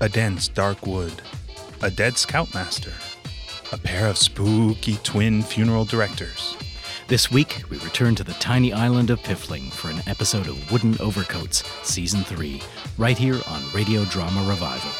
a dense dark wood, a dead scoutmaster, a pair of spooky twin funeral directors. This week, we return to the tiny island of Piffling for an episode of Wooden Overcoats, Season 3, right here on Radio Drama Revival.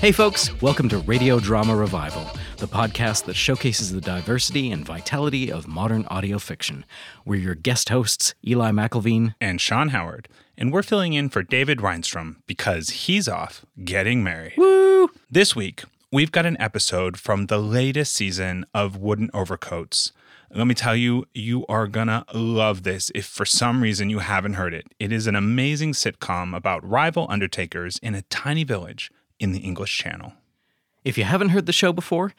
Hey, folks, welcome to Radio Drama Revival, the podcast that showcases the diversity and vitality of modern audio fiction. We're your guest hosts, Eli McElveen. And Sean Howard. And we're filling in for David Reinstrom because he's off getting married. Woo! This week, we've got an episode from the latest season of Wooden Overcoats. Let me tell you, you are gonna love this if for some reason you haven't heard it. It is an amazing sitcom about rival undertakers in a tiny village in the English Channel. If you haven't heard the show before,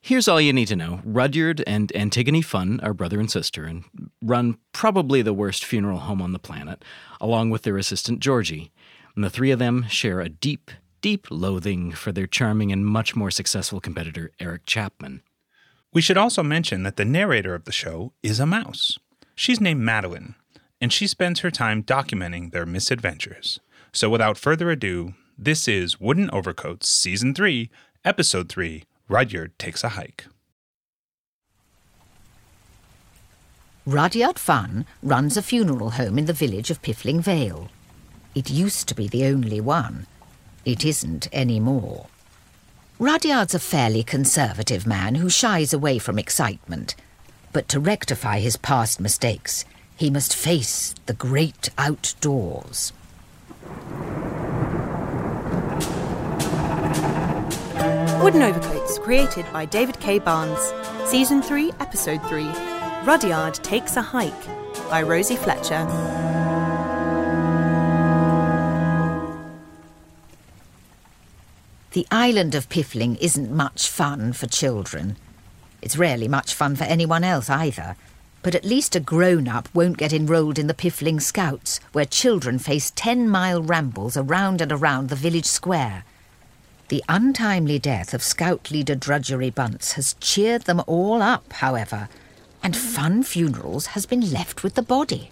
here's all you need to know. Rudyard and Antigone Funn are brother and sister and run probably the worst funeral home on the planet, along with their assistant Georgie. And the three of them share a deep, deep loathing for their charming and much more successful competitor, Eric Chapman. We should also mention that the narrator of the show is a mouse. She's named Madeline, and she spends her time documenting their misadventures. So without further ado, this is Wooden Overcoats Season 3, Episode 3 Rudyard Takes a Hike. Rudyard Funn runs a funeral home in the village of Piffling Vale. It used to be the only one. It isn't anymore. Rudyard's a fairly conservative man who shies away from excitement. But to rectify his past mistakes, he must face the great outdoors. Wooden Overcoats, created by David K. Barnes. Season 3, Episode 3. Rudyard Takes a Hike by Rosie Fletcher. The island of Piffling isn't much fun for children. It's rarely much fun for anyone else either. But at least a grown up won't get enrolled in the Piffling Scouts, where children face 10 mile rambles around and around the village square. The untimely death of Scout leader Drudgery Bunce has cheered them all up, however, and Fun Funerals has been left with the body.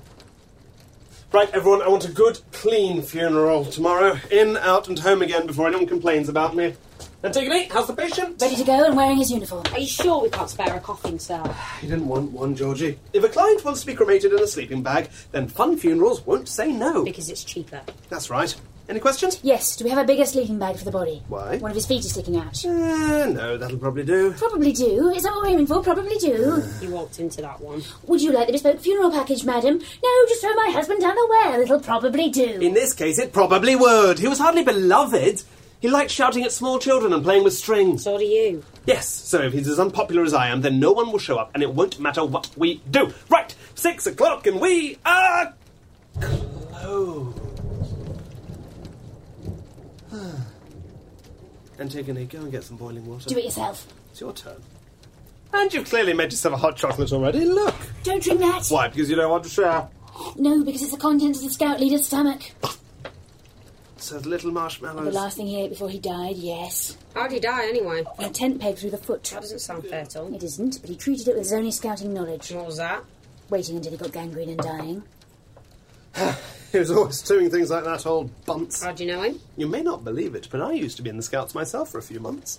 Right, everyone, I want a good, clean funeral tomorrow. In, out, and home again before anyone complains about me. Antigone, how's the patient? Ready to go and wearing his uniform. Are you sure we can't spare a coffin cell? You didn't want one, Georgie. If a client wants to be cremated in a sleeping bag, then Fun Funerals won't say no. Because it's cheaper. That's right. Any questions? Yes, do we have a bigger sleeping bag for the body? Why? One of his feet is sticking out. Uh, no, that'll probably do. Probably do. Is that what we're aiming for? Probably do. You walked into that one. Would you like the bespoke funeral package, madam? No, just throw my husband down the well. It'll probably do. In this case, it probably would. He was hardly beloved. He liked shouting at small children and playing with strings. So do you. Yes, so if he's as unpopular as I am, then no one will show up, and it won't matter what we do. Right, six o'clock, and we are closed. Antigone, go and get some boiling water. do it yourself. It's your turn. And you've clearly made yourself a hot chocolate already. Look. Don't drink that. Why? Because you don't want to share. No, because it's the contents of the scout leader's stomach. Says little The marshmallows. last thing he ate before he died, yes. How'd he die anyway? On a tent peg through the foot. That doesn't sound fatal. It isn't, but he treated it with his only scouting knowledge. What was that? Waiting until he got gangrene and dying. He was always doing things like that, old bunts. How'd you know him? You may not believe it, but I used to be in the Scouts myself for a few months.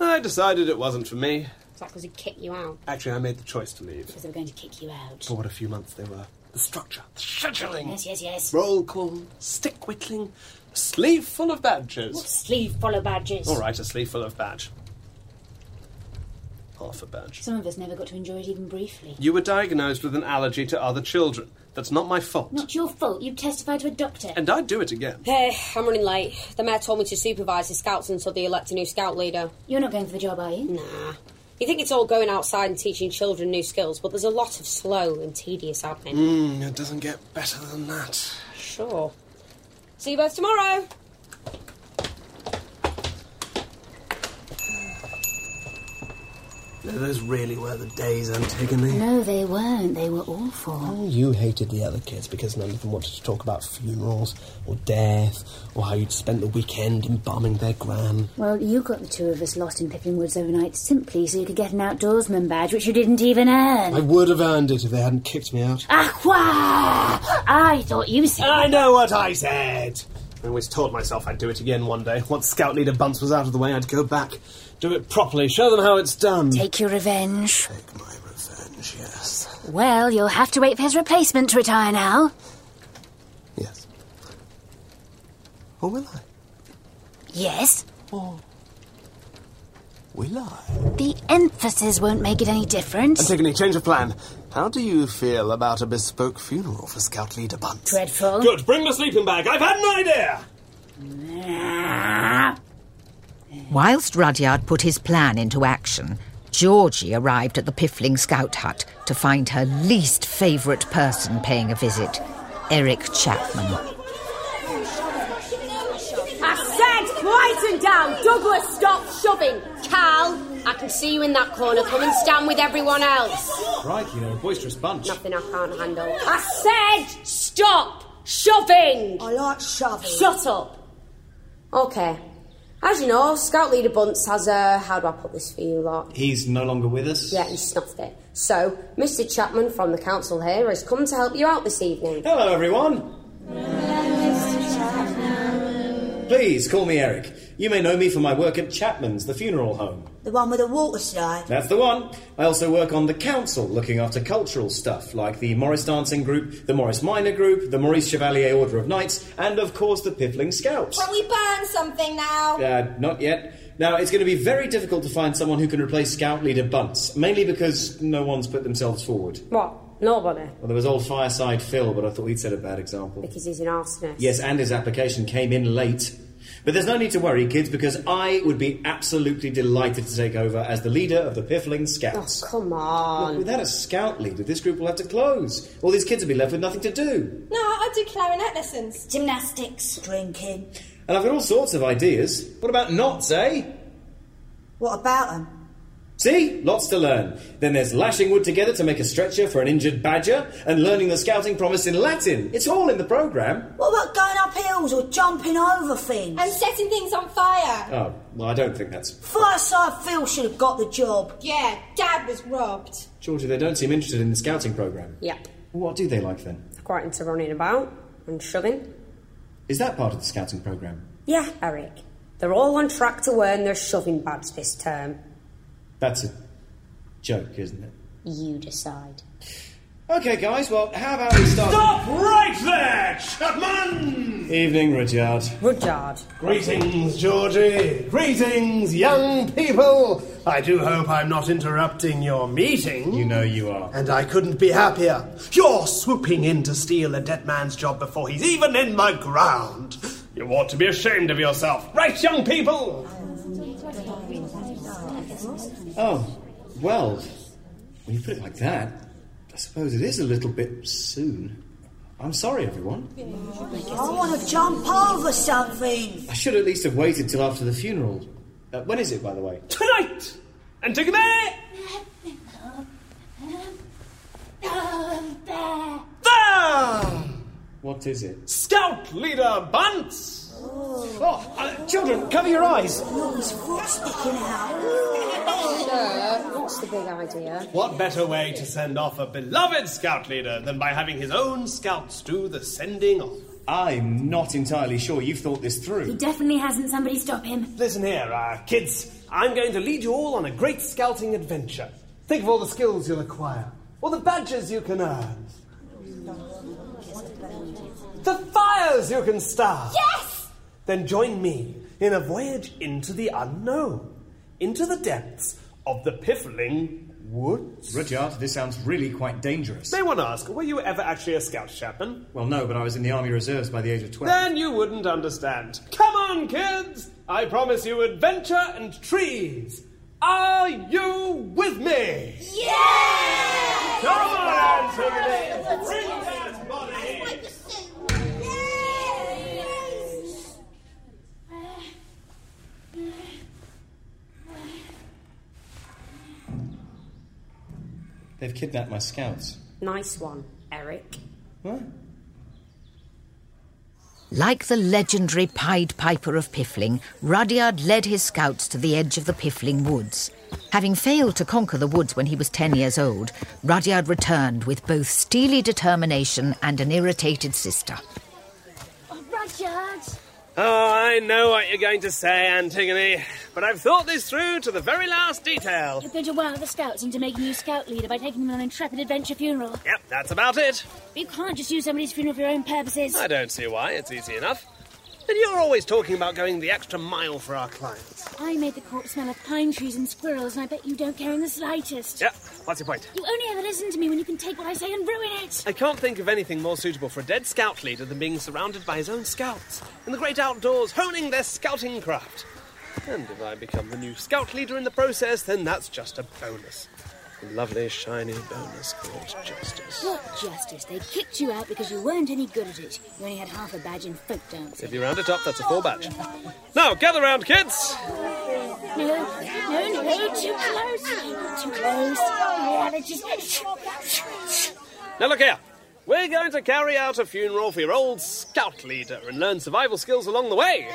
I decided it wasn't for me. Is that because he kicked you out? Actually, I made the choice to leave. Because they were going to kick you out. But what a few months they were. The structure, the scheduling, Yes, yes, yes. roll call, stick whittling, a sleeve full of badges. Sleeve full of badges. All right, a sleeve full of badge. Half a badge. Some of us never got to enjoy it even briefly. You were diagnosed with an allergy to other children. That's not my fault. Not your fault. You testified to a doctor. And I'd do it again. Hey, I'm running late. The mayor told me to supervise the scouts until they elect a new scout leader. You're not going for the job, are you? Nah. You think it's all going outside and teaching children new skills, but there's a lot of slow and tedious admin. Mm, it doesn't get better than that. Sure. See you both tomorrow. Those really were the days, Antigone. No, they weren't. They were awful. Oh, You hated the other kids because none of them wanted to talk about funerals or death or how you'd spent the weekend embalming their gran. Well, you got the two of us lost in Pippin Woods overnight simply so you could get an outdoorsman badge, which you didn't even earn. I would have earned it if they hadn't kicked me out. Ah, wah! I thought you said. I know what I said. I always told myself I'd do it again one day. Once Scout Leader Bunce was out of the way, I'd go back. Do it properly. Show them how it's done. Take your revenge. Take my revenge, yes. Well, you'll have to wait for his replacement to retire now. Yes. Or will I? Yes. Will I? The emphasis won't make it any difference. Antigone, change of plan. How do you feel about a bespoke funeral for Scout Leader Bunce? Dreadful. Good, bring the sleeping bag. I've had an idea! Whilst Rudyard put his plan into action, Georgie arrived at the Piffling Scout Hut to find her least favourite person paying a visit, Eric Chapman. I said, quieten down. Douglas, stop shoving. Carl, I can see you in that corner. Come and stand with everyone else. Right, you know, boisterous bunch. Nothing I can't handle. I said, stop shoving. I like shoving. Shut up. Okay. As you know, Scout Leader Bunce has a. How do I put this for you lot? He's no longer with us. Yeah, he snuffed it. So, Mr. Chapman from the council here has come to help you out this evening. Hello, everyone. Please call me Eric. You may know me for my work at Chapman's, the funeral home. The one with the water slide. That's the one. I also work on the council, looking after cultural stuff like the Morris Dancing Group, the Morris Minor Group, the Maurice Chevalier Order of Knights, and of course the Piffling Scouts. Can we burn something now? Uh, not yet. Now, it's going to be very difficult to find someone who can replace Scout Leader Bunce, mainly because no one's put themselves forward. What? Nobody? Well, there was old Fireside Phil, but I thought he'd set a bad example. Because he's an arsonist. Yes, and his application came in late. But there's no need to worry, kids, because I would be absolutely delighted to take over as the leader of the Piffling Oh, Scouts. come on. Without a scout leader, this group will have to close. All these kids will be left with nothing to do. No, I do clarinet lessons. Gymnastics. Drinking. And I've got all sorts of ideas. What about knots, eh? What about them? See? Lots to learn. Then there's lashing wood together to make a stretcher for an injured badger, and learning the scouting promise in Latin. It's all in the programme. What about going up hills or jumping over things? and setting things on fire. Oh, well, I don't think that's. Fireside Phil should have got the job. Yeah, Dad was robbed. Georgie, they don't seem interested in the scouting programme. Yep. What do they like then? Quite into running about and shoving. Is that part of the scouting programme? Yeah, Eric. They're all on track to earn their shoving badge this term. That's a joke, isn't it? You decide. Okay, guys, well, how about we start. Stop right there, Chapman! Evening, Rudyard. Rudyard. Greetings, Georgie. Greetings, young people. I do hope I'm not interrupting your meeting. You know you are. And I couldn't be happier. You're swooping in to steal a dead man's job before he's even in the ground. You ought to be ashamed of yourself. Right, young people? Oh, well, when you put it like that, I suppose it is a little bit soon. I'm sorry, everyone. I want to jump over something. I should at least have waited till after the funeral. Uh, when is it, by the way? Tonight! Antigone! There! What is it? Scout Leader Bunce! Oh, uh, children, cover your eyes! Look, his foot sticking out. What's the big idea? What better way to send off a beloved scout leader than by having his own scouts do the sending off? I'm not entirely sure you've thought this He through. definitely hasn't somebody stop him. Listen here, uh, kids. I'm going to lead you all on a great scouting adventure. Think of all the skills you'll acquire, all the badges you can earn, the fires you can start. Yes! Then join me in a voyage into the unknown, into the depths of the Piffling Woods. Rudyard, this sounds really quite dangerous. May one ask, were you ever actually a scout, Chapman? Well, no, but I was in the Army Reserves by the age of 12. Then you wouldn't understand. Come on, kids! I promise you adventure and trees. Are you with me? Yeah! Come on, Antigone! Bring that body! They've kidnapped my scouts. Nice one, Eric. What? Like the legendary Pied Piper of Piffling, Rudyard led his scouts to the edge of the Piffling woods. Having failed to conquer the woods when he was 10 years old, Rudyard returned with both steely determination and an irritated sister. Oh, Rudyard. Oh, I know what you're going to say, Antigone, but I've thought this through to the very last detail. You're going to wow the scouts into making you scout leader by taking them on an intrepid adventure funeral. Yep, that's about it. But you can't just use somebody's funeral for your own purposes. I don't see why, it's easy enough. And you're always talking about going the extra mile for our clients. I made the corpse smell of pine trees and squirrels, and I bet you don't care in the slightest. Yep, what's your point? You only ever listen to me when you can take what I say and ruin it. I can't think of anything more suitable for a dead scout leader than being surrounded by his own scouts in the great outdoors, honing their scouting craft. And if I become the new scout leader in the process, then that's just a bonus. A lovely, shiny bonus called justice. What justice? They kicked you out because you weren't any good at it. You only had half a badge in folk dance. If you round it up, that's a full batch. Now, gather round, kids! No, no, no, too close. Too close. Yeah, they just... Now, look here. We're going to carry out a funeral for your old scout leader and learn survival skills along the way.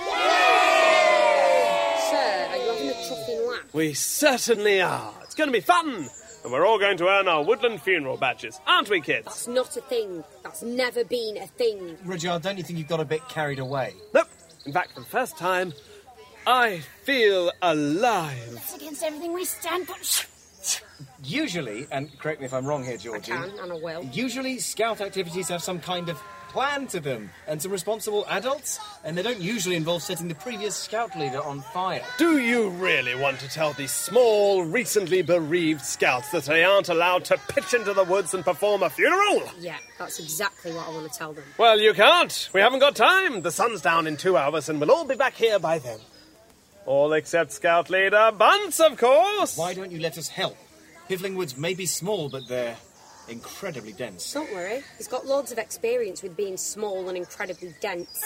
Sir, are you having a chuffing laugh? We certainly are. It's going to be fun. And we're all going to earn our woodland funeral badges, aren't we, kids? That's not a thing. That's never been a thing. Rudyard, don't you think you've got a bit carried away? Nope. In fact, for the first time, I feel alive. It's against everything we stand for. Usually, and correct me if I'm wrong here, Georgie. can, and I will. Usually, scout activities have some kind of plan to them and some responsible adults, and they don't usually involve setting the previous scout leader on fire. Do you really want to tell these small, recently bereaved scouts that they aren't allowed to pitch into the woods and perform a funeral? Yeah, that's exactly what I want to tell them. Well, you can't. We haven't got time. The sun's down in two hours, and we'll all be back here by then. All except Scout Leader Bunce, of course. Why don't you let us help? Piffling Woods may be small, but they're incredibly dense. Don't worry, he's got loads of experience with being small and incredibly dense.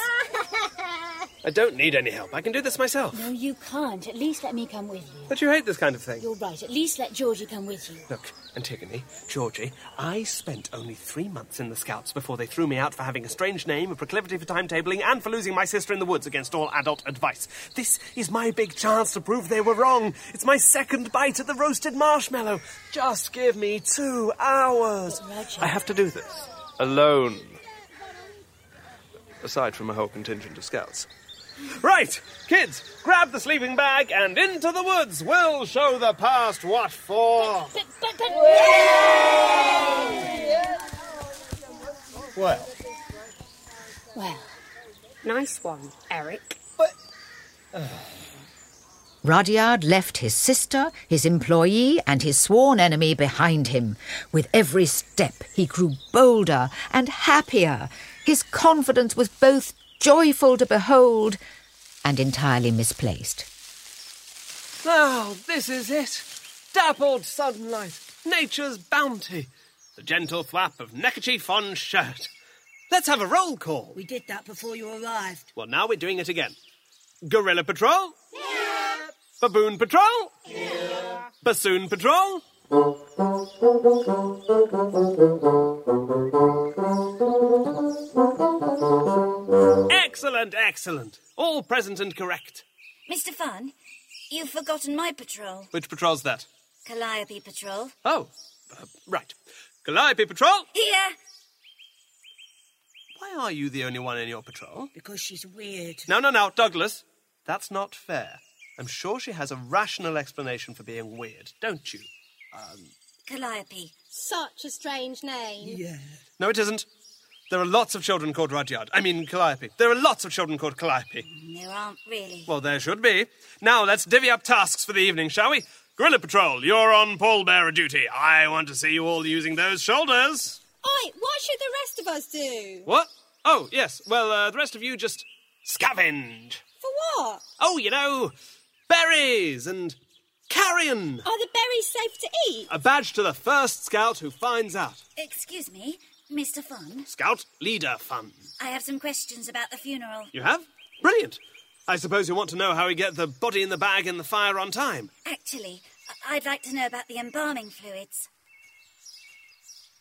I don't need any help. I can do this myself. No, you can't. At least let me come with you. But you hate this kind of thing. You're right. At least let Georgie come with you. Look, Antigone, Georgie, I spent only three months in the Scouts before they threw me out for having a strange name, a proclivity for timetabling, and for losing my sister in the woods against all adult advice. This is my big chance to prove they were wrong. It's my second bite at the roasted marshmallow. Just give me two hours. I have to do this. Alone. Aside from a whole contingent of Scouts. Right, kids, grab the sleeping bag and into the woods. We'll show the past what for. But, but, but... Well, Well, Nice one, Eric. Rudyard left his sister, his employee, and his sworn enemy behind him. With every step, he grew bolder and happier. His confidence was both joyful to behold and entirely misplaced. Oh, this is it. Dappled sunlight, nature's bounty, the gentle flap of neckerchief on shirt. Let's have a roll call. We did that before you arrived. Well, now we're doing it again. Gorilla Patrol? Baboon Patrol? Bassoon Patrol? Excellent, excellent. All present and correct. Mr. Fun, you've forgotten my patrol, Which patrol's that? Calliope Patrol. Oh, uh, right. Calliope Patrol? Here! Why are you the only one in your patrol? Because she's weird. No, no, no, Douglas. That's not fair. I'm sure she has a rational explanation for being weird, don't you? Um, Calliope. Such a strange name. Yeah. No, it isn't. There are lots of children called Rudyard. I mean, Calliope. There are lots of children called Calliope. There aren't really. Well, there should be. Now, let's divvy up tasks for the evening, shall we? Gorilla Patrol, you're on pallbearer duty. I want to see you all using those shoulders. Oi, what should the rest of us do? What? Oh, yes. Well, uh, the rest of you just scavenge. For what? Oh, you know, berries and carrion. Are the berries safe to eat? A badge to the first scout who finds out. Excuse me, Mr. Fun. Scout Leader Fun. I have some questions about the funeral. You have? Brilliant. I suppose you want to know how we get the body in the bag in the fire on time. Actually, I- I'd like to know about the embalming fluids.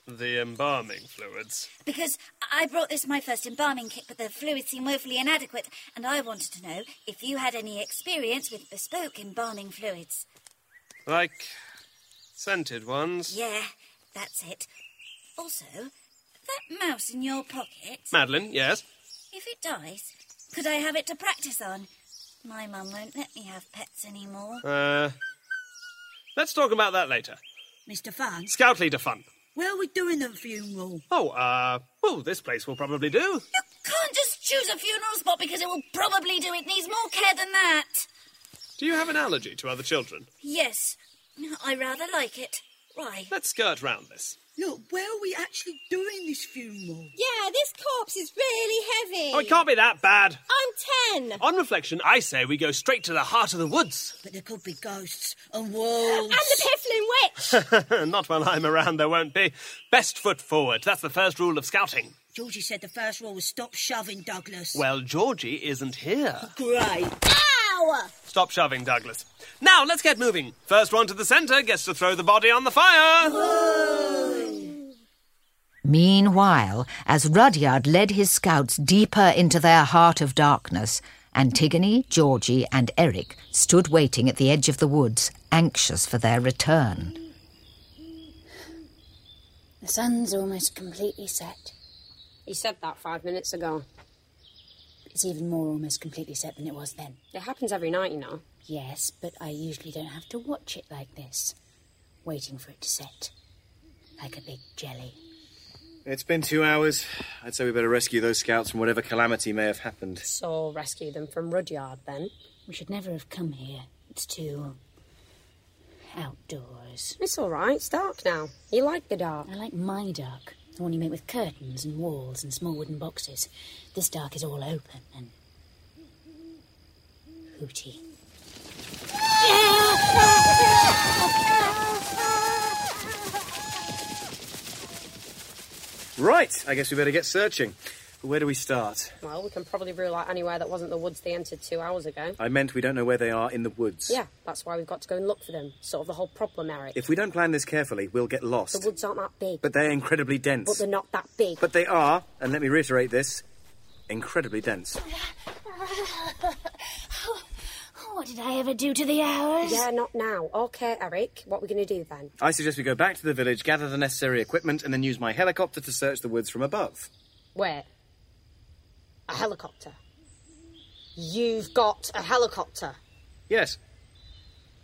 The embalming fluids. Because I brought this my first embalming kit, but the fluids seem woefully inadequate, and I wanted to know if you had any experience with bespoke embalming fluids. Like scented ones. Yeah, that's it. Also, that mouse in your pocket, Madeline, yes. if it dies, Could I have it to practice on? My mum won't let me have pets anymore. Uh, let's talk about that later. Mr. Fan, Scout leader fun. where are we doing the funeral? Oh, uh, well, this place will probably do. Can't just choose a funeral spot because it will probably do. It needs more care than that. Do you have an allergy to other children? Yes, I rather like it. Why? Let's skirt round this. Look, where are we actually doing this funeral? Yeah, this corpse is really heavy. Oh, it can't be that bad. Eh. I'm ten. On reflection, I say we go straight to the heart of the woods. But there could be ghosts and wolves. And the piffling witch. Not while I'm around, there won't be. Best foot forward. That's the first rule of scouting. Georgie said the first rule was stop shoving, Douglas. Well, Georgie isn't here. Great. Ow! Stop shoving, Douglas. Now, let's get moving. First one to the centre gets to throw the body on the fire. Meanwhile, as Rudyard led his scouts deeper into their heart of darkness, Antigone, Georgie, and Eric stood waiting at the edge of the woods, anxious for their return. The sun's almost completely set. He said that five minutes ago. It's even more almost completely set than it was then. It happens every night, you know. Yes, but I usually don't have to watch it like this, waiting for it to set. Like a big jelly. It's been two hours. I'd say we better rescue those scouts from whatever calamity may have happened. So rescue them from Rudyard then. We should never have come here. It's too. outdoors. It's all right. It's dark now. You like the dark. I like my dark, the one you make with curtains and walls and small wooden boxes. This dark is all open and. hooty. Right, I guess we better get searching. Where do we start? Well, we can probably rule out anywhere that wasn't the woods they entered two hours ago. I meant we don't know where they are in the woods. Yeah, that's why we've got to go and look for them. Sort of the whole problem, Eric. If we don't plan this carefully, we'll get the lost. woods aren't that big, But they're incredibly dense. but they're not that big. But they are, and let me reiterate this, incredibly dense. What did I ever do to the hours? Yeah, not now. Okay, Eric, what are we going to do then? I suggest we go back to the village, gather the necessary equipment, and then use my helicopter to search the woods from above. Where? A helicopter. You've got a helicopter. Yes.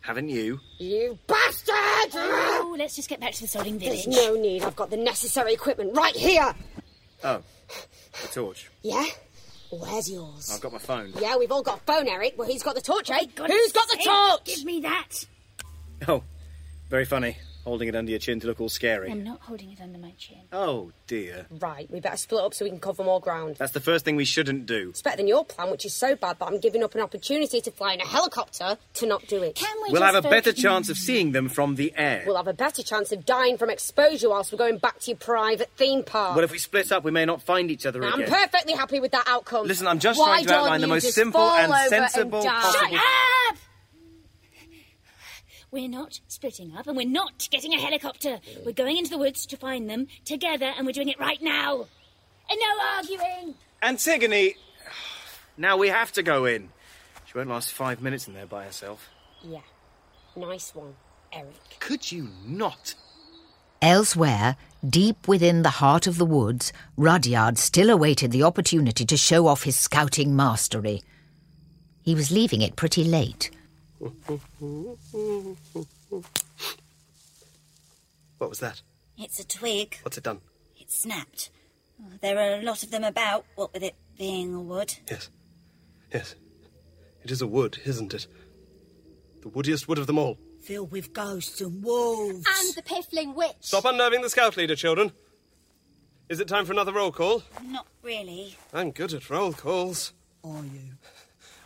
Haven't you? You bastard! Oh, let's just get back to the sodding village. There's no need. I've got the necessary equipment right here. Oh, a torch. Yeah? Where's yours? I've got my phone. Yeah, we've all got a phone, Eric. Well, he's got the torch, eh? God Who's got the Oh, sake, torch? Give me that! Oh, very funny. Holding it under your chin to look all scary. I'm not holding it under my chin. Oh dear. Right, we better split up so we can cover more ground. That's the first thing we shouldn't do. It's better than your plan, which is so bad that I'm giving up an opportunity to fly in a helicopter to not do it. Can we We'll just have a focus- better chance of seeing them from the air. We'll have a better chance of dying from exposure whilst we're going back to your private theme park. Well, if we split up, we may not find each other uh, I'm again. perfectly happy with that outcome. Listen, I'm just Why trying to don't outline the you most just simple fall and over sensible die? possible- Shut up! We're not splitting up and we're not getting a helicopter. We're going into the woods to find them together and we're doing it right now. And no arguing! Antigone! Now we have to go in. She won't last five minutes in there by herself. Yeah. Nice one, Eric. Could you not? Elsewhere, deep within the heart of the woods, Rudyard still awaited the opportunity to show off his scouting mastery. He was leaving it pretty late. What was that? It's a twig. What's it done? It snapped. There are a lot of them about, what with it being a wood. Yes. Yes. It is a wood, isn't it? The woodiest wood of them all. Filled with ghosts and wolves. And the piffling witch. Stop unnerving the scout leader, children. Is it time for another roll call? Not really. I'm good at roll calls. Are you?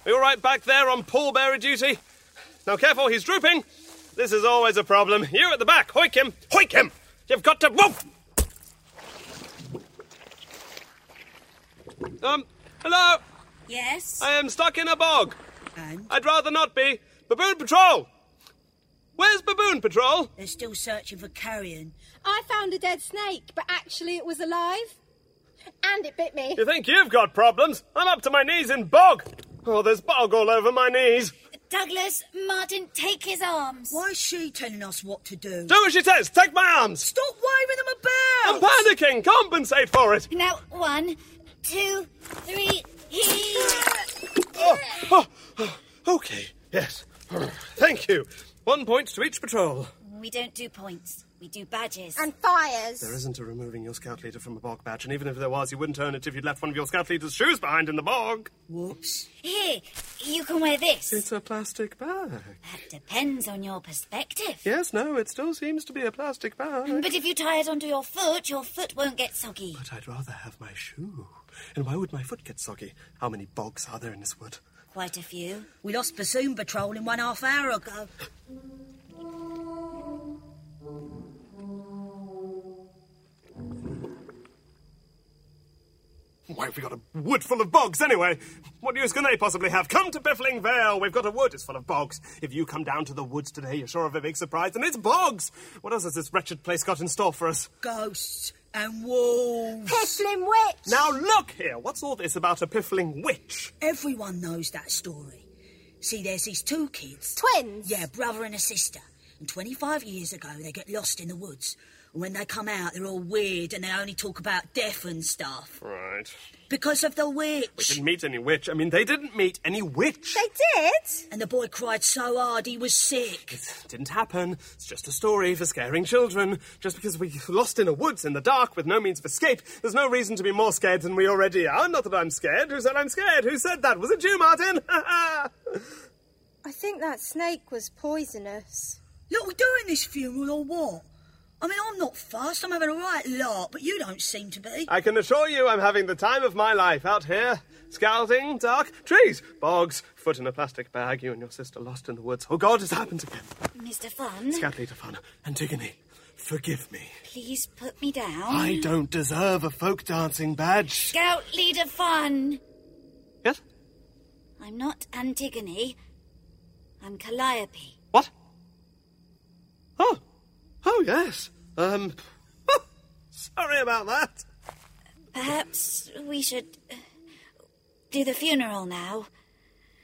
Are you all right back there on pallbearer duty? Now, careful, he's drooping. This is always a problem. You at the back, hoik him, hoik him. You've got to. Whoa! Um, hello. Yes? I am stuck in a bog. And I'd rather not be. Baboon Patrol! Where's Baboon Patrol? they're still searching for carrion. I found a dead snake, but actually it was alive. And it bit me. You think you've got problems? I'm up to my knees in bog. Oh, there's bog all over my knees. Douglas, Martin, take his arms. Why is she telling us what to do? Do as she says. Take my arms. Stop waving them about! I'm panicking. Compensate for it. Now, one, two, three, he. Oh, Yes. Thank you. One point to each patrol. We don't do points, we do badges. And fires. There isn't a removing your scout leader from a bog badge, and even if there was, you wouldn't earn it if you'd left one of your scout leader's shoes behind in the bog. Whoops. Here, you can wear this. It's a plastic bag. Depends on your perspective. Yes, no, it still seems to be a plastic bag. But if you tie it onto your foot, your foot won't get soggy. But I'd rather have my shoe. And why would my foot get soggy? How many bogs are there in this wood? Quite a few. We lost Bassoon Patrol in one half hour ago. Why have we got a wood full of bogs anyway? What use can they possibly have? Come to Biffling Vale. We've got a wood. It's full of bogs. If you come down to the woods today, you're sure of a big surprise, and it's bogs. What else has this wretched place got in store for us? Ghosts and wolves. Piffling witch. Now look here. What's all this about a piffling witch? Everyone knows that story. See, there's these two kids. Twins? Yeah, brother and a sister. And 25 years ago, they get lost in the woods. And when they come out, they're all weird and they only talk about death and stuff. Right. Because of the witch. We didn't meet any witch. I mean, they didn't meet any witch. They did? And the boy cried so hard he was sick. It didn't happen. It's just a story for scaring children. Just because we lost in the woods in the dark with no means of escape, there's no reason to be more scared than we already are. Not that I'm scared. Who said I'm scared? Who said that? Was it you, Martin? I think that snake was poisonous. Look, we doing this funeral or what? I mean, I'm not fast. I'm having a right lark, but you don't seem to be. I can assure you I'm having the time of my life out here. Scouting, dark, trees, bogs, foot in a plastic bag, you and your sister lost in the woods. Oh, God, it's happened again. Mr. Fun, Scout leader fun. Antigone, forgive me. please put me down. I don't deserve a folk dancing badge. Scout Leader Fun. Yes? I'm not Antigone. I'm Calliope. Oh, oh, yes. Um, sorry about that. Perhaps we should uh, do the funeral now.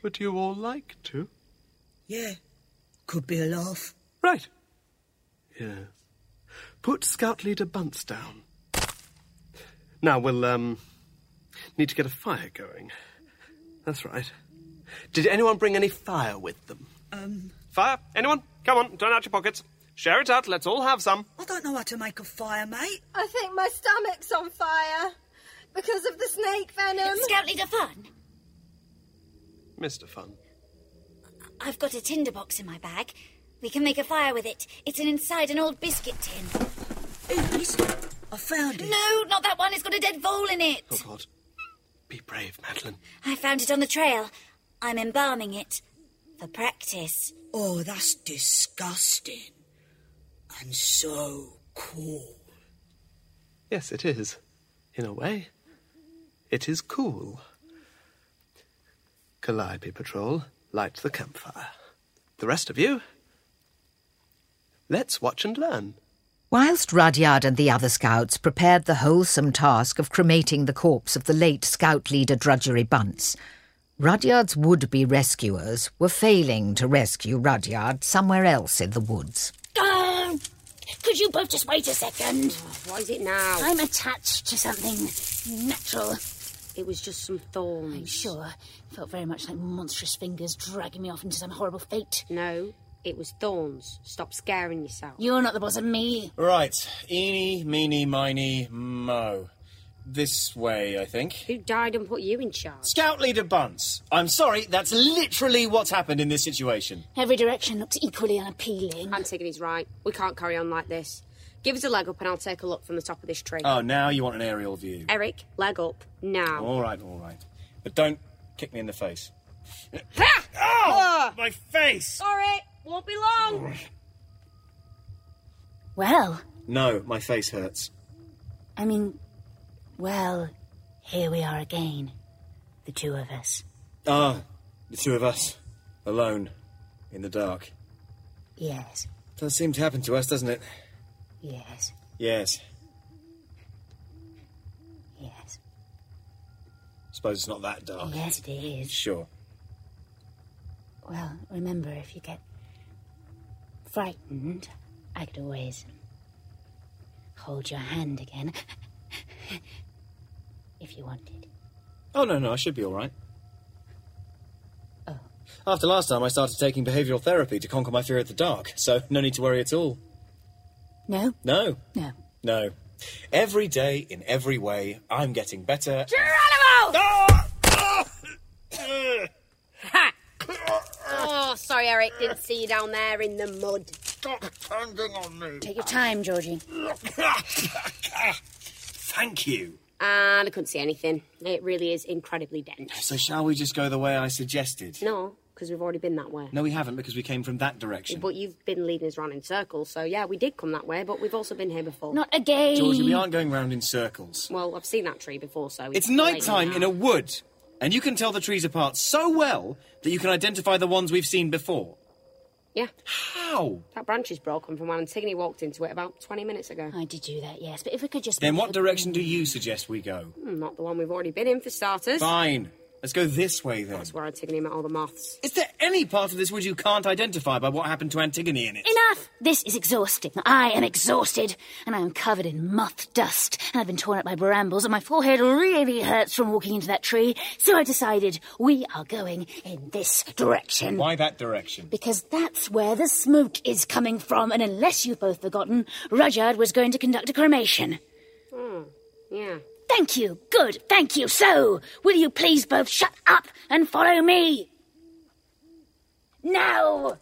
Would you all like to? Yeah. Could be a laugh. Right. Yes. Put Scout Leader Bunce down. Now we'll, um, need to get a fire going. That's right. Did anyone bring any fire with them? Um, Fire? Anyone? Come on, turn out your pockets. Share it out, let's all have some. I don't know how to make a fire, mate. I think my stomach's on fire because of the snake venom. Scout Leader Fun, Mr. Fun. I've got a tinder box in my bag. We can make a fire with it. It's in- inside an old biscuit tin. I found it. No, not that one. It's got a dead vole in it. Oh, God. Be brave, Madeline. I found it on the trail. I'm embalming it for practice. Oh, that's disgusting. And so cool. Yes, it is. In a way, it is cool. Calliope Patrol, light the campfire. The rest of you, let's watch and learn. Whilst Rudyard and the other scouts prepared the wholesome task of cremating the corpse of the late scout leader Drudgery Bunce, Rudyard's would be rescuers were failing to rescue Rudyard somewhere else in the woods. Oh, could you both just wait a second? What is it now? I'm attached to something natural. It was just some thorns. Sure, felt very much like monstrous fingers dragging me off into some horrible fate. No, it was thorns. Stop scaring yourself. You're not the boss of me. Right. Eeny, meeny, miny, mo. This way, I think. Who died and put you in charge? Scout leader Bunce. I'm sorry, that's literally what's happened in this situation. Every direction looks equally unappealing. Antigone's right. We can't carry on like this. Give us a leg up and I'll take a look from the top of this tree. Oh, now you want an aerial view. Eric, leg up now. All right, all right. But don't kick me in the face. Ah! My face! Sorry, won't be long. Well, No, my face hurts. I mean, well, here we are again. The two of us. Ah, the two of us. Alone. In the dark. Yes, Does seem to happen to us, doesn't it? yes, Yes. yes. Suppose it's not that dark. Yes, it is. Sure. Well, remember, if you get frightened, I could always hold your hand again. if you wanted. Oh, no, no, I should be all right. Oh, After last time, I started taking behavioural therapy to conquer my fear of the dark, so no need to worry at all. No? No, No. no. Every day, in every way, I'm getting better. Geronimo! Ha! Oh, sorry, Eric. Didn't see you down there in the mud. Stop pounding on me. Take your time, Georgie. Thank you. And I couldn't see anything. It really is incredibly dense. So, shall we just go the way I suggested? No, because we've already been that way. No, we haven't because we came from that direction. But you've been leading us round in circles, so yeah, we did come that way, but we've also been here before. Not again. Georgie, we aren't going round in circles. Well, I've seen that tree before, so It's night time in a wood, and you can tell the trees apart so well that you can identify the ones we've seen before. Yeah. How? That branch is broken from when Antigone walked into it about 20 minutes ago. I did do that, yes, but if we could just. Then what direction do you suggest we go? Hmm, Not the one we've already been in, for starters. Fine. Let's go this way then. That's where Antigone met all the moths. Is there any part of this wood you can't identify by what happened to Antigone in it? Enough! This is exhausting. I am exhausted, and I am covered in moth dust, and I've been torn up by brambles, and my forehead really hurts from walking into that tree, so I decided we are going in this direction. Why that direction? Because that's where the smoke is coming from, and unless you've both forgotten, Rudyard was going to conduct a cremation. Hmm. Yeah. Thank you, good, thank you. So, will you please both shut up and follow me? Now!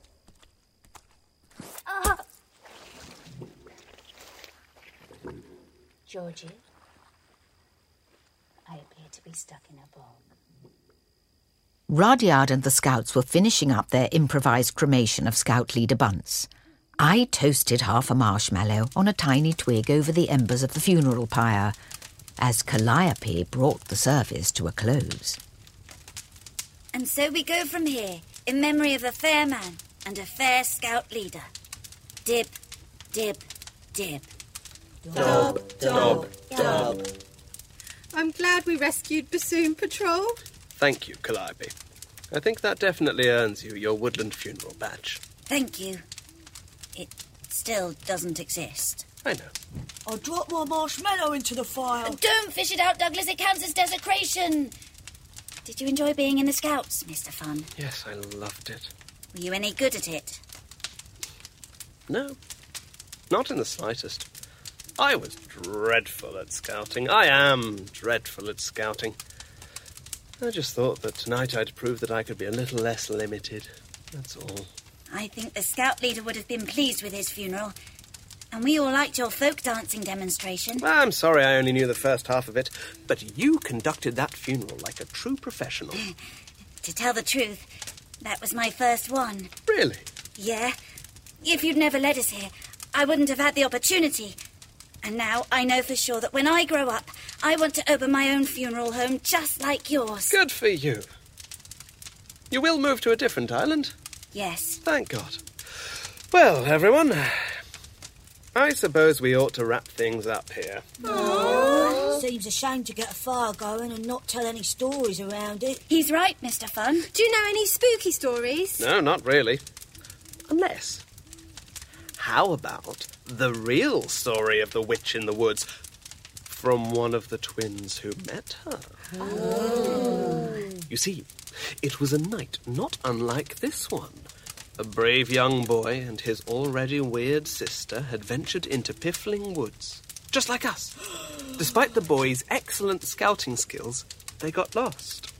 Ah. Georgie, I appear to be stuck in a bog. Rudyard and the scouts were finishing up their improvised cremation of Scout Leader Bunce. I toasted half a marshmallow on a tiny twig over the embers of the funeral pyre as Calliope brought the service to a close. And so we go from here, in memory of a fair man and a fair scout leader. Dib, dib, dib. Dob, dob, dob. I'm glad we rescued Bassoon Patrol. Thank you, Calliope. I think that definitely earns you your woodland funeral badge. Thank you. It still doesn't exist. I know. I'll drop my marshmallow into the fire. Don't fish it out, Douglas. It counts as desecration. Did you enjoy being in the Scouts, Mr. Fun? Yes, I loved it. Were you any good at it? No, not in the slightest. I was dreadful at scouting. I am dreadful at scouting. I just thought that tonight I'd prove that I could be a little less limited. That's all. I think the Scout leader would have been pleased with his funeral. And we all liked your folk dancing demonstration. I'm sorry I only knew the first half of it, but you conducted that funeral like a true professional. To tell the truth, that was my first one. Really? Yeah. If you'd never led us here, I wouldn't have had the opportunity. And now I know for sure that when I grow up, I want to open my own funeral home just like yours. Good for you. You will move to a different island? Yes. Thank God. Well, everyone, I suppose we ought to wrap things up here. Seems a shame to get a fire going and not tell any stories around it. He's right, Mr. Fun. Do you know any spooky stories? No, not really. Unless. How about the real story of the witch in the woods from one of the twins who met her? You see, it was a night not unlike this one. A brave young boy and his already weird sister had ventured into Piffling Woods, just like us. Despite the boy's excellent scouting skills, they got lost.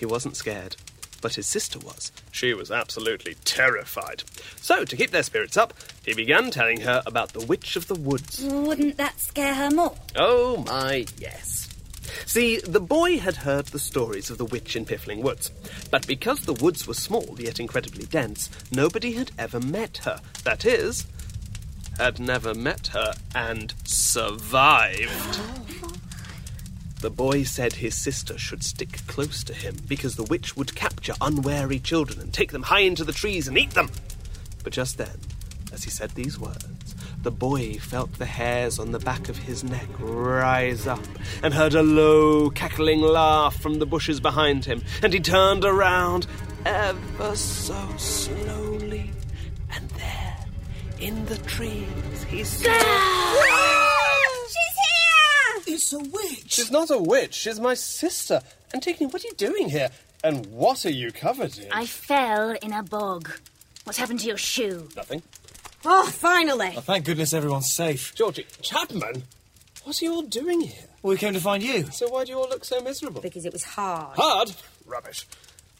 He wasn't scared, but his sister was. She was absolutely terrified. So, to keep their spirits up, he began telling her about the Witch of the Woods. Wouldn't that scare her more? Oh my, yes. See, the boy had heard the stories of the witch in Piffling Woods, but because the woods were small yet incredibly dense, nobody had ever met her. That is, had never met her and survived. The boy said his sister should stick close to him because the witch would capture unwary children and take them high into the trees and eat them. But just then, as he said these words, the boy felt the hairs on the back of his neck rise up and heard a low, cackling laugh from the bushes behind him. And he turned around ever so slowly, and there, in the trees, he saw. She's here! It's a witch. She's not a witch, she's my sister. Antigone, what are you doing here? And what are you covered in? I fell in a bog. What's happened to your shoe? Nothing. Oh, finally! thank goodness everyone's safe. Georgie, Chapman? What are you all doing here? We came to find you. So why do you all look so miserable? Because it was hard. Hard? Rubbish.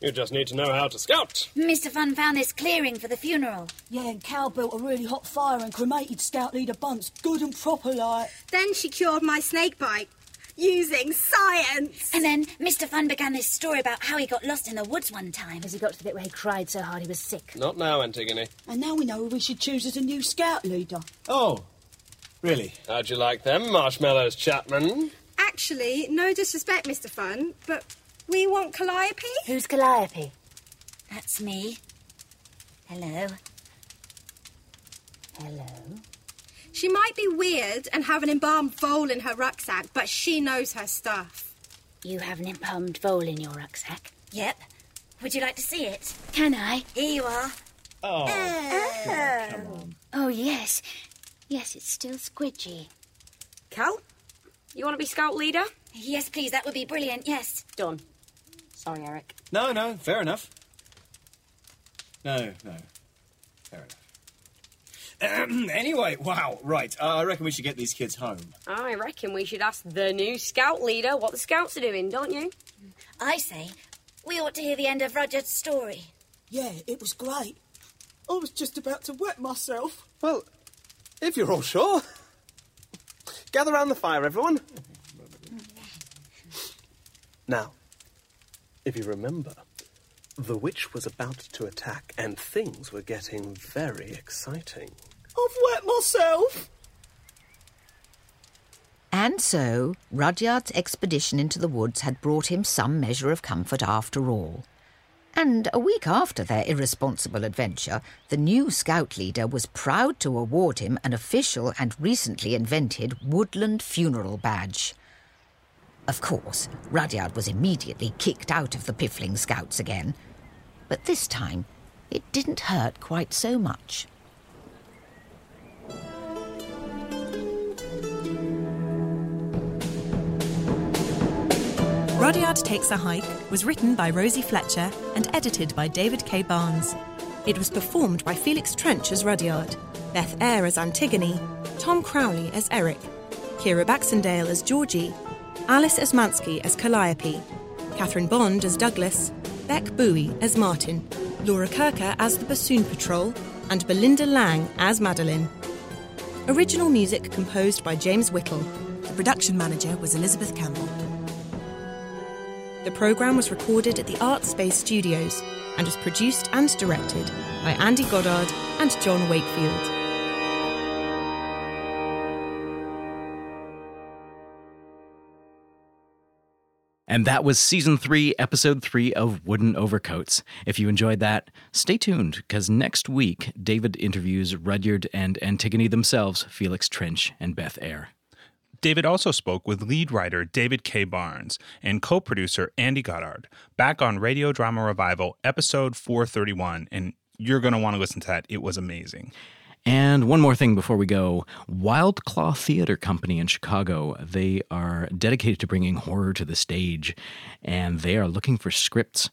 You just need to know how to scout. Mr. Fun found this clearing for the funeral. Yeah, and Cal built a really hot fire and cremated Scout Leader Bunce, good and proper like. Then she cured my snake bite using science. And then Mr. Fun began this story about how he got lost in the woods one time. As he got to the bit where he cried so hard he was sick. Not now, Antigone. And now we know who we should choose as a new Scout Leader. Oh, really? How'd you like them, marshmallows, Chapman? Actually, no disrespect, Mr. Fun, but we want Calliope. Who's Calliope? That's me. Hello. Hello. She might be weird and have an embalmed vole in her rucksack, but she knows her stuff. You have an embalmed vole in your rucksack. Yep. Would you like to see it? Can I? Here you are. Oh. Oh, yes. Yes, it's still squidgy. Cal, you want to be scout leader? Yes, please, that would be brilliant, yes. Done. Sorry, Eric. No, no, fair enough. No, no, fair enough. Ahem, anyway, wow, right. Uh, I reckon we should get these kids home. I reckon we should ask the new scout leader what the scouts are doing, don't you? I say, we ought to hear the end of Rudyard's story. Yeah, it was great. I was just about to wet myself. Well, if you're all sure. Gather round the fire, everyone. Now, if you remember, the witch was about to attack and things were getting very exciting. I've wet myself. And so, Rudyard's expedition into the woods had brought him some measure of comfort after all. And a week after their irresponsible adventure, the new scout leader was proud to award him an official and recently invented woodland funeral badge. Of course, Rudyard was immediately kicked out of the Piffling Scouts again. But this time, it didn't hurt quite so much. Rudyard Takes a Hike was written by Rosie Fletcher and edited by David K. Barnes. It was performed by Felix Trench as Rudyard, Beth Eyre as Antigone, Tom Crowley as Eric, Kira Baxendale as Georgie, Alice Osmansky as Calliope, Catherine Bond as Douglas, Beck Bowie as Martin, Laura Kirker as the Bassoon Patrol, and Belinda Lang as Madeline. Original music composed by James Whittle. The production manager was Elizabeth Campbell. The programme was recorded at the Art Space Studios and was produced and directed by Andy Goddard and John Wakefield. And that was season three, episode three of Wooden Overcoats. If you enjoyed that, stay tuned, because next week, David interviews Rudyard and Antigone themselves, Felix Trench and Beth Eyre. David also spoke with lead writer David K. Barnes and co producer Andy Goddard back on Radio Drama Revival, episode 431. And you're going to want to listen to that. It was amazing. And one more thing before we go Wild Claw Theater Company in Chicago, they are dedicated to bringing horror to the stage, and they are looking for scripts.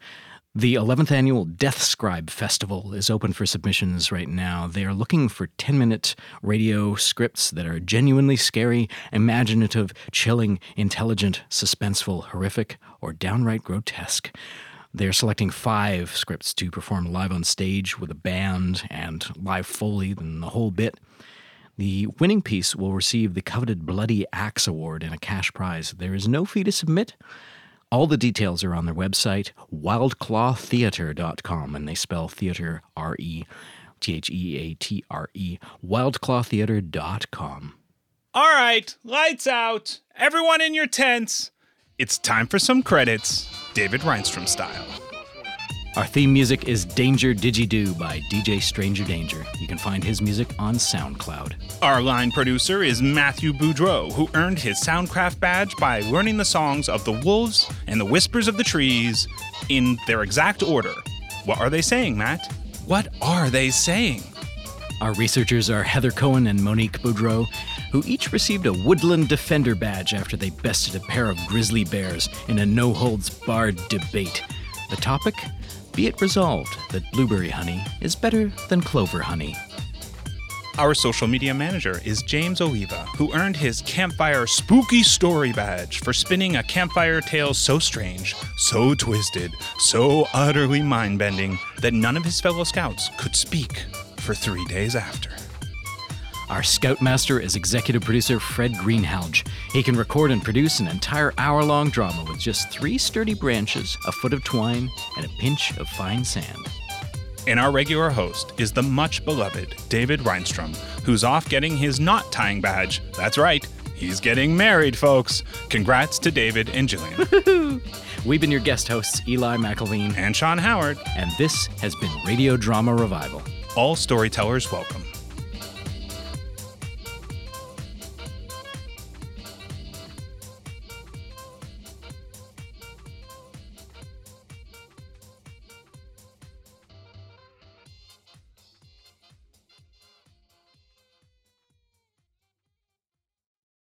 The 11th annual Death Scribe Festival is open for submissions right now. They are looking for 10 minute radio scripts that are genuinely scary, imaginative, chilling, intelligent, suspenseful, horrific, or downright grotesque. They're selecting five scripts to perform live on stage with a band and live Foley and the whole bit. The winning piece will receive the coveted Bloody Axe Award and a cash prize. There is no fee to submit. All the details are on their website, wildclawtheater.com, and they spell theater R E T H E A T R E, wildclawtheater.com. All right, lights out. Everyone in your tents. It's time for some credits, David Reinstrom style. Our theme music is Danger Digi Do by DJ Stranger Danger. You can find his music on SoundCloud. Our line producer is Matthew Boudreau, who earned his Soundcraft badge by learning the songs of the wolves and the whispers of the trees in their exact order. What are they saying, Matt? What are they saying? Our researchers are Heather Cohen and Monique Boudreau. who each received a Woodland Defender badge after they bested a pair of grizzly bears in a no holds barred debate. The topic? Be it resolved that blueberry honey is better than clover honey. Our social media manager is James Oliva, who earned his Campfire Spooky Story badge for spinning a campfire tale so strange, so twisted, so utterly mind bending that none of his fellow scouts could speak for three days after. Our Scoutmaster is executive producer Fred Greenhalge. He can record and produce an entire hour long drama with just three sturdy branches, a foot of twine, and a pinch of fine sand. And our regular host is the much beloved David Reinstrom, who's off getting his knot tying badge. That's right, he's getting married, folks. Congrats to David and Jillian. We've been your guest hosts, Eli McElveen and Sean Howard, and this has been Radio Drama Revival. All storytellers welcome.